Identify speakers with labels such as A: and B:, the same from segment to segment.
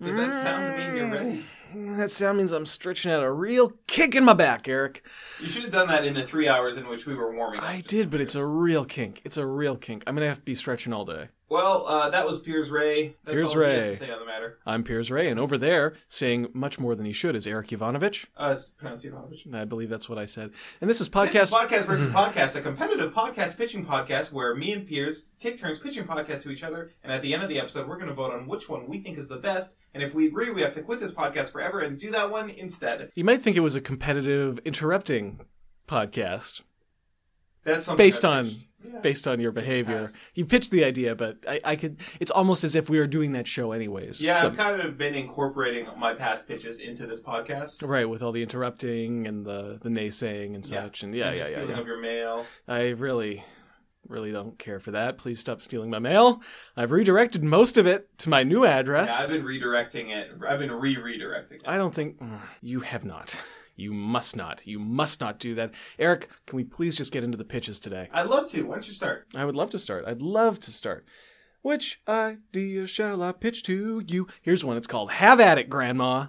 A: the sound mean you're ready?
B: Mm. That sound means I'm stretching out a real kick in my back, Eric.
A: You should have done that in the three hours in which we were warming up.
B: I did, but it's a real kink. It's a real kink. I'm gonna have to be stretching all day.
A: Well, uh, that was Piers Ray. That's
B: Piers
A: all he has
B: Ray.
A: to say on the matter.
B: I'm Piers Ray, and over there, saying much more than he should, is Eric Ivanovich.
A: Uh, it's pronounced Ivanovich.
B: And I believe that's what I said. And this is
A: This is
B: podcast.
A: podcast versus podcast, a competitive podcast pitching podcast where me and Piers take turns pitching podcasts to each other, and at the end of the episode, we're going to vote on which one we think is the best. And if we agree, we have to quit this podcast forever and do that one instead.
B: you might think it was a competitive interrupting podcast
A: That's something
B: based
A: I've
B: on
A: pitched. Yeah.
B: based on your behavior.
A: Yes.
B: You pitched the idea, but I, I could. It's almost as if we were doing that show anyways.
A: Yeah,
B: So-
A: I've kind of been incorporating my past pitches into this podcast.
B: Right, with all the interrupting and the the naysaying and
A: Yeah.
B: such, and yeah,
A: And the
B: yeah, yeah,
A: stealing
B: yeah.
A: of your mail.
B: I really, really don't care for that. Please stop stealing my mail. I've redirected most of it to my new address.
A: Yeah, I've been redirecting it. I've been re-redirecting it.
B: I don't think mm, you have not. You must not. You must not do that. Eric, can we please just get into the pitches today?
A: I'd love to. Why don't you start?
B: I would love to start. I'd love to start. Which idea shall I pitch to you? Here's one. It's called Have at It, Grandma.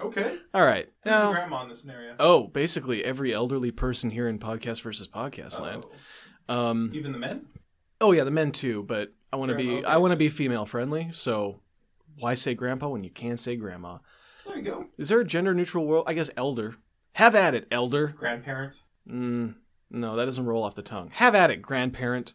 A: Okay.
B: All right.
A: Who's the
B: Now-
A: grandma in the scenario?
B: oh, basically every elderly person here in Podcast versus Podcast land.
A: Oh.
B: Um,
A: Even the men?
B: oh yeah, the men too, but I want to
A: Grandma,
B: be
A: okay.
B: I want to be female friendly. So why say grandpa when you can't say grandma?
A: There you go.
B: Is there a gender neutral world? I guess elder. Have at it, elder.
A: Grandparent.
B: Mm, no, that doesn't roll off the tongue. Have at it, grandparent.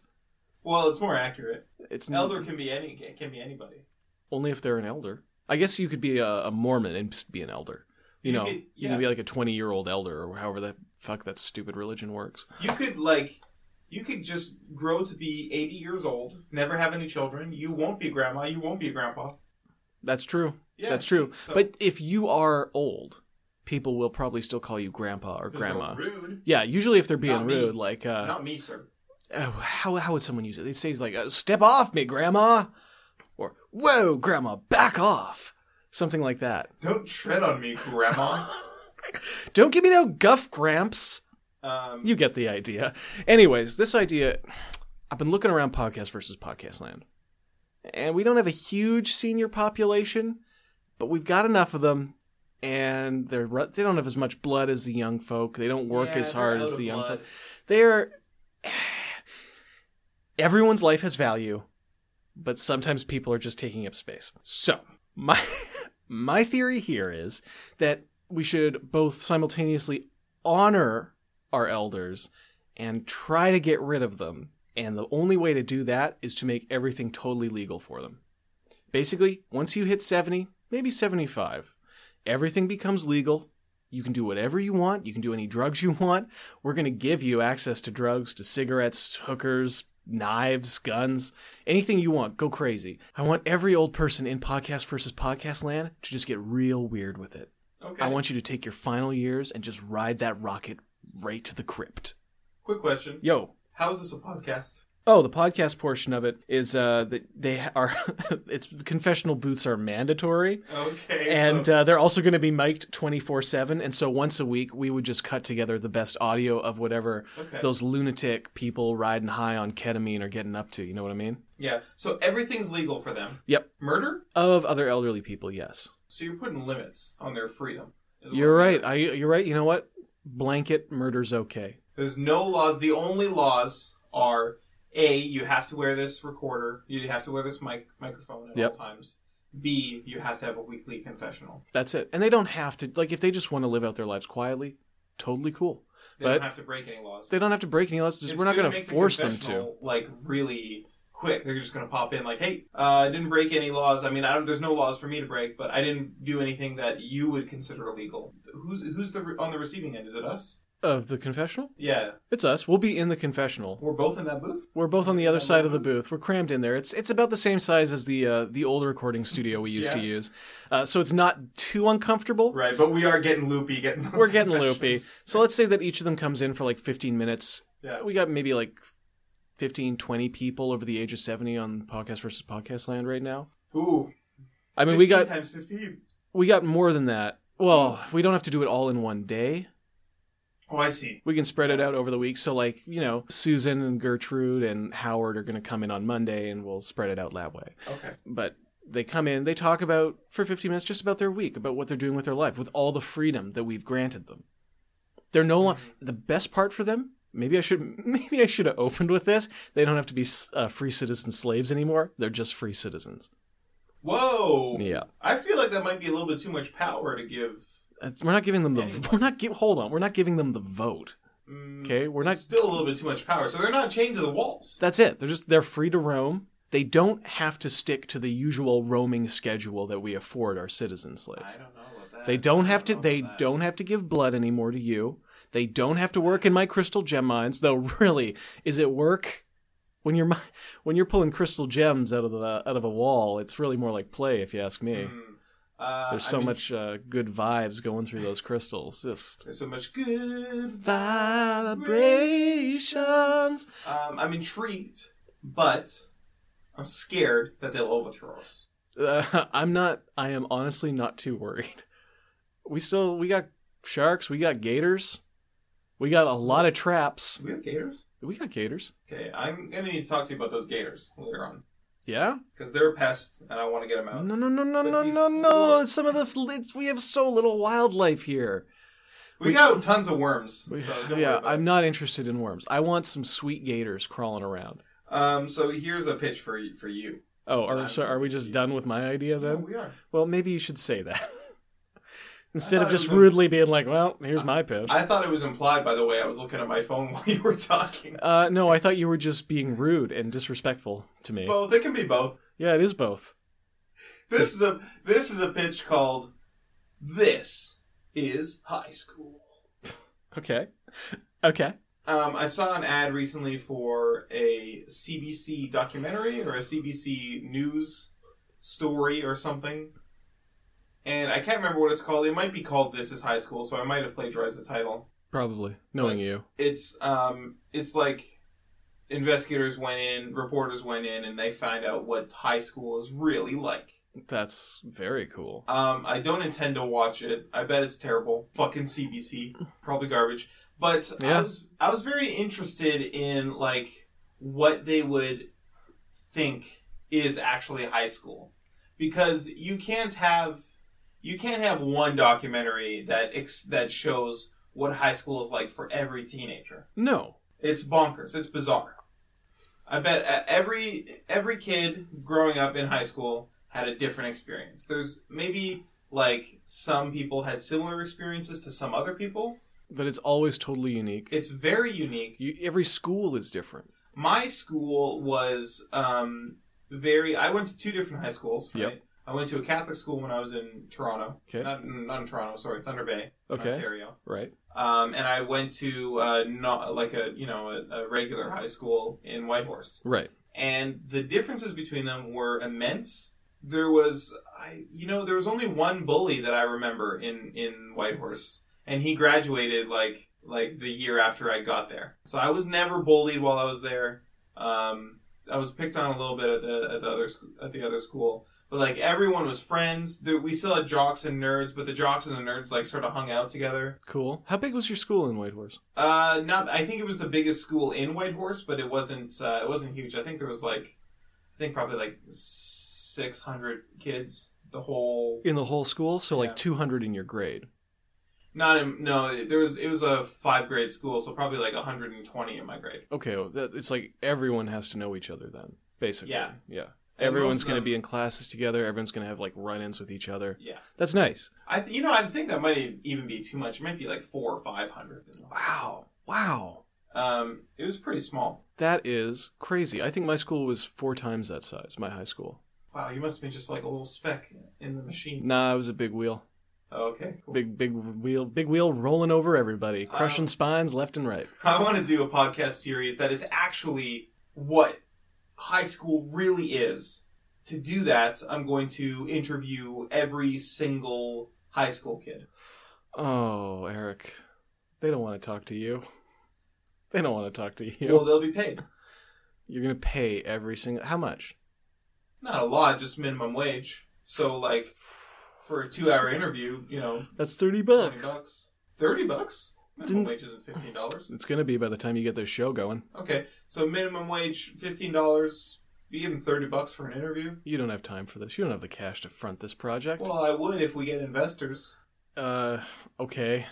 A: Well, it's more accurate.
B: It's n-
A: Elder can be any can be anybody.
B: only if they're an elder. I guess you could be a, a Mormon and just be an elder. You,
A: You
B: know,
A: could-
B: you
A: yeah.
B: could be like a twenty-year-old elder, or however that fuck that stupid religion works.
A: You could like you could just grow to be 80 years old, never have any children. You won't be grandma, you won't be grandpa.
B: That's true.
A: Yeah.
B: That's true.
A: so-
B: But if you are old, people will probably still call you grandpa or
A: 'Cause they're
B: grandma.
A: Rude.
B: Yeah, usually if they're being
A: Not me.
B: rude, like uh,
A: Not me, sir.
B: oh, how how would someone use it? They say like, oh, "Step off me, grandma," or "Whoa, grandma, back off," something like that.
A: Don't tread on me, grandma.
B: Don't give me no guff, gramps.
A: um,
B: You get the idea. Anyways, this idea, I've been looking around podcast versus podcast land, and we don't have a huge senior population, but we've got enough of them. And they're ru- they don't have as much blood as the young folk. They don't work
A: yeah,
B: as
A: they're
B: hard
A: out
B: as
A: of
B: the young
A: blood.
B: folk. they're everyone's life has value but sometimes people are just taking up space so my my theory here is that we should both simultaneously honor our elders and try to get rid of them and the only way to do that is to make everything totally legal for them basically once you hit 70 maybe 75 everything becomes legal you can do whatever you want you can do any drugs you want we're going to give you access to drugs, to cigarettes, hookers, knives, guns, anything you want. Go crazy. I want every old person in podcast versus podcast land to just get real weird with it.
A: Okay.
B: I want you to take your final years and just ride that rocket right to the crypt.
A: Quick question.
B: Yo.
A: How is this a podcast?
B: Oh, the podcast portion of it is uh that they are it's confessional booths are mandatory.
A: Okay.
B: And
A: so,
B: uh, they're also going to be mic'd 24 7. And so once a week, we would just cut together the best audio of whatever
A: Okay.
B: those lunatic people riding high on ketamine are getting up to. You know what I mean?
A: yeah. So everything's legal for them.
B: Yep.
A: Murder?
B: Of other elderly people, yes.
A: So you're putting limits on their freedom. is what
B: You're
A: I'm
B: right.
A: hearing.
B: I, you're right. You know what? Blanket murder's okay.
A: There's no laws. The only laws are A, you have to wear this recorder, you have to wear this mic microphone at
B: Yep.
A: all times. B, you have to have a weekly confessional.
B: That's it. And they don't have to, like, if they just want to live out their lives quietly, totally cool.
A: They
B: But
A: don't have to break any laws.
B: They don't have to break any lessons.
A: It's
B: We're not
A: gonna
B: going to
A: make the
B: force them to.
A: confessional, Like really quick, they're just going to pop in like, "Hey, uh, I didn't break any laws. I mean, I don't, there's no laws for me to break, but I didn't do anything that you would consider illegal." Who's who's the re- on the receiving end? Is it us?
B: Of the confessional?
A: Yeah,
B: It's us. We'll be in the confessional.
A: we're both in that booth.
B: We're both on the other side of the booth. We're crammed in there. It's it's about the same size as the uh, the old recording studio we used to
A: Yeah.
B: use, uh, so it's not too uncomfortable.
A: Right, but we are getting loopy. Getting those
B: We're getting loopy.
A: confessions.
B: So let's say that each of them comes in for like 15 minutes. Uh,
A: Yeah.
B: We got maybe like 15, 20 people over the age of 70 on podcast versus podcast land right now.
A: Ooh,
B: I mean, we
A: 15
B: got
A: times fifteen.
B: we got more than that. Well, we don't have to do it all in one day.
A: Oh, I see.
B: We can spread it out over the week. So, like, you know, Susan and Gertrude and Howard are going to come in on Monday and we'll spread it out that way.
A: Okay.
B: but They come in, they talk about for 15 minutes just about their week, about what they're doing with their life, with all the freedom that we've granted them. They're no longer
A: Mm-hmm.
B: the best part for them. Maybe I should maybe I should have opened with this. They don't have to be s- uh, free citizen slaves anymore. They're just free citizens.
A: Whoa.
B: Yeah.
A: I feel like that might be a little bit too much power to give.
B: It's- We're not giving them the
A: Anyway.
B: we're not give, hold on. We're not giving them the vote.
A: Mm,
B: Okay? We're not
A: Still a little bit too much power. So they're not chained to the walls.
B: That's it. They're just they're free to roam. They don't have to stick to the usual roaming schedule that we afford our citizen
A: I
B: slaves.
A: don't know about that.
B: They don't have to
A: know
B: they
A: about that.
B: don't have to give blood anymore to you. They don't have to work in my crystal gem mines, though really, is it work? When you're mi- when you're pulling crystal gems out of the out of a wall, it's really more like play if you ask me.
A: Mm. Uh,
B: There's
A: I
B: so
A: mean,
B: much uh, good vibes going through those crystals. Just
A: There's so much good
B: vibrations.
A: Um, I'm intrigued, but I'm scared that they'll overthrow us.
B: Uh, I'm not. I am honestly not too worried. We still we got sharks. We got gators. We got a lot of traps.
A: Do we have gators?
B: We got gators.
A: Okay, I'm gonna need to talk to you about those gators later on
B: Yeah.
A: because they're a pest, and I want to get them
B: No
A: out.
B: no no no
A: Oh. But
B: no no
A: before-
B: no. Some of the fl- it's, we have so little wildlife here.
A: we,
B: we-
A: got tons of worms. So don't worry
B: yeah,
A: about
B: I'm
A: it.
B: not interested in worms. I want some sweet gators crawling around.
A: Um, so here's a pitch for y- for you.
B: Oh,
A: I'm-
B: are so are we just done with my idea
A: Yeah,
B: then?
A: we are.
B: Well, maybe you should say that. Instead
A: thought
B: of
A: it
B: just
A: was a-
B: rudely being like, well, here's my pitch.
A: I thought it was implied, by the way. I was looking at my phone while you were talking.
B: Uh, no, I thought you were just being rude and disrespectful to me.
A: Both. It can be both.
B: yeah, it is both.
A: This is a this is a pitch called "This is High School."
B: Okay. Okay.
A: Um, I saw an ad recently for a CBC documentary or a CBC news story or something. And I can't remember what it's called. It might be called This is High School, so I might have plagiarized the title.
B: Probably. Knowing
A: But
B: you.
A: It's um it's like investigators went in, reporters went in and they find out what high school is really like.
B: That's very cool.
A: Um, I don't intend to watch it. I bet it's terrible. Fucking CBC, probably garbage. But I
B: Yeah.
A: was I was very interested in like what they would think is actually high school, because you can't have you can't have one documentary that ex- that shows what high school is like for every teenager.
B: No.
A: It's bonkers. It's bizarre. I bet uh, every every kid growing up in high school had a different experience. There's maybe like some people had similar experiences to some other people.
B: But it's always totally unique.
A: It's very unique.
B: You, every school is different.
A: My school was um, very. I went to two different high schools. Right?
B: Yep.
A: I went to a Catholic school when I was in Toronto.
B: Okay.
A: Not not in Toronto. Sorry, Thunder Bay,
B: Okay.
A: Ontario.
B: Right.
A: Um, and I went to uh, not like a you know a, a regular high school in Whitehorse.
B: Right.
A: and the differences between them were immense. There was, I, you know, there was only one bully that I remember in in Whitehorse, and he graduated like like the year after I got there. So I was never bullied while I was there. Um, I was picked on a little bit at the at the other sc- at the other school, but like everyone was friends. There, we still had jocks and nerds, but the jocks and the nerds like sort of hung out together.
B: Cool. How big was your school in Whitehorse?
A: Uh, not. I think it was the biggest school in Whitehorse, but it wasn't. Uh, it wasn't huge. I think there was like, I think probably like six hundred kids. The whole
B: In the whole school? So like
A: Yeah.
B: 200 in your grade.
A: not in, no. There was it was a five grade school, so probably like hundred and twenty in my grade.
B: Okay. well, That, it's like everyone has to know each other then, basically.
A: Yeah.
B: Yeah.
A: And most
B: Everyone's
A: of
B: going to
A: them-
B: be in classes together. Everyone's going to have like run ins with each other.
A: Yeah,
B: That's nice.
A: I th- you know I think that might even be too much. It might be like four or five hundred.
B: Wow. Wow.
A: Um, it was pretty small.
B: That is crazy. I think my school was four times that size, my high school.
A: Wow, you must have been just like a little speck in the machine.
B: Nah, it was a big wheel.
A: Okay, cool.
B: Big big wheel big wheel rolling over everybody,
A: Wow.
B: crushing spines left and right.
A: I want to do a podcast series that is actually what high school really is. To do that, I'm going to interview every single high school kid.
B: Oh, Eric. They don't want to talk to you. They don't want to talk to you.
A: Well, they'll be paid.
B: You're going to pay every single How much?
A: Not a lot, just minimum wage. So, like, for a two hour interview, you know,
B: That's 30
A: 20
B: bucks.
A: bucks. 30 bucks? Minimum
B: Didn't-
A: wage isn't $15.
B: It's going to be by the time you get this show going.
A: Okay, so minimum wage, $15. You give him thirty bucks for an interview?
B: You don't have time for this. You don't have the cash to front this project.
A: Well, I would if we get investors.
B: uh, okay.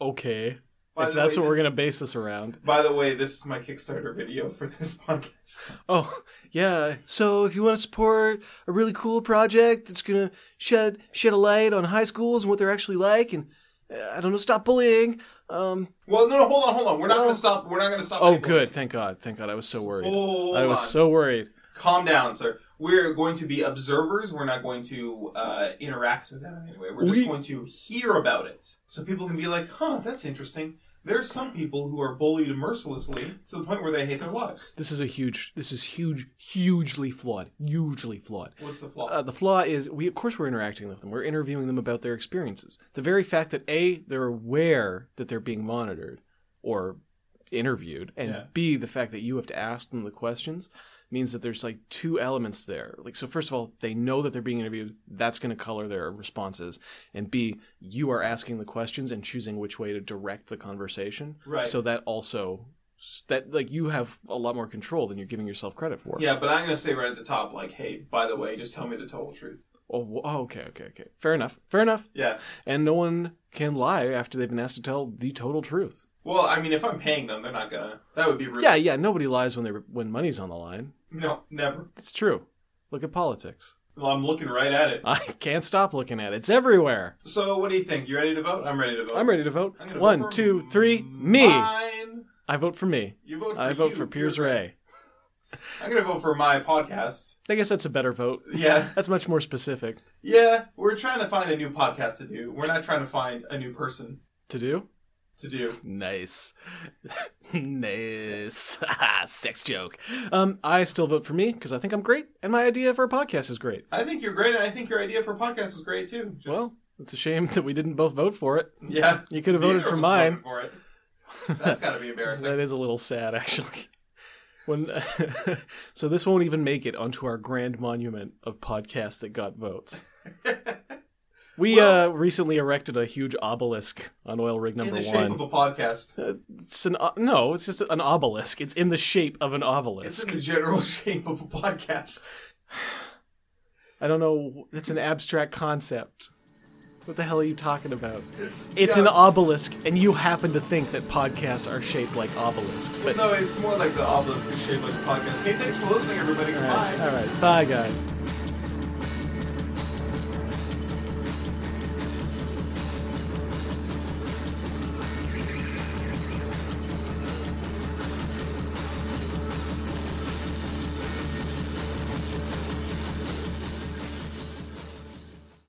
B: Okay.
A: By
B: if
A: the
B: that's
A: way,
B: what we're
A: this-
B: going to base this around.
A: By the way, this is my Kickstarter video for this podcast.
B: Oh, yeah. So if you want to support a really cool project that's going to shed shed a light on high schools and what they're actually like and uh, I don't know, stop bullying. Um
A: Well, no, no, hold on, hold on. We're not
B: Well-
A: going to stop. We're not going to stop.
B: Oh
A: people.
B: good. Thank God. Thank God. I was so worried.
A: Hold
B: I was
A: on.
B: so worried.
A: Calm down, sir. We're going to be observers. We're not going to uh, interact with them in any way. We're
B: We-
A: just going to hear about it, so people can be like, "Huh, that's interesting." There's some people who are bullied mercilessly to the point where they hate their lives.
B: This is a huge this is huge hugely flawed. Hugely flawed.
A: What's the flaw?
B: Uh, the flaw is we of course we're interacting with them. We're interviewing them about their experiences. The very fact that A they're aware that they're being monitored or interviewed and
A: Yeah.
B: B the fact that you have to ask them the questions means that there's like two elements there. Like so first of all, they know that they're being interviewed. That's going to color their responses. And B, you are asking the questions and choosing which way to direct the conversation.
A: Right.
B: So that also that like you have a lot more control than you're giving yourself credit for.
A: yeah, but I'm going to say right at the top, like, "Hey, by the way, just tell me the total truth."
B: Oh, wh- oh, okay, okay, okay. Fair enough. Fair enough.
A: Yeah.
B: and no one can lie after they've been asked to tell the total truth.
A: Well, I mean, if I'm paying them, they're not gonna. That would be rude.
B: Yeah, yeah, nobody lies when they when money's on the line.
A: No, never.
B: It's true. Look at politics.
A: Well, I'm looking right at it.
B: I can't stop looking at it. It's everywhere.
A: So, what do you think? You ready to vote? I'm ready to vote.
B: I'm ready to vote.
A: I'm gonna vote
B: One,
A: for
B: two, three. Me.
A: Mine.
B: I vote for me.
A: You vote. For
B: I vote
A: you,
B: for Piers Ray.
A: I'm gonna vote for my podcast.
B: I guess that's a better vote.
A: Yeah,
B: That's much more specific
A: yeah. We're trying to find a new podcast to do. We're not trying to find a new person
B: to do.
A: to do.
B: Nice, nice. Sex joke. Um, I still vote for me because I think I'm great, and my idea for a podcast is great.
A: I think you're great, and I think your idea for a podcast was great too. Just,
B: Well, it's a shame that we didn't both vote for it.
A: yeah.
B: You could have
A: Neither
B: voted for
A: of us
B: mine.
A: voted For it. That's got to be embarrassing.
B: That is a little sad, actually. When so this won't even make it onto our grand monument of podcasts that got votes. We uh, recently erected a huge obelisk on oil rig
A: In
B: number
A: the shape
B: one.
A: of a podcast.
B: Uh, it's an o- no, it's just an obelisk. It's in the shape of an
A: It's
B: obelisk.
A: in the general shape of a podcast.
B: I don't know. It's an abstract concept. What the hell are you talking about?
A: It's,
B: It's
A: yeah,
B: an obelisk, and you happen to think that podcasts are shaped like obelisks, but
A: No, it's more like the obelisk is shaped like a podcast. Hey, thanks for listening, everybody.
B: all
A: Goodbye.
B: right, all right, bye guys.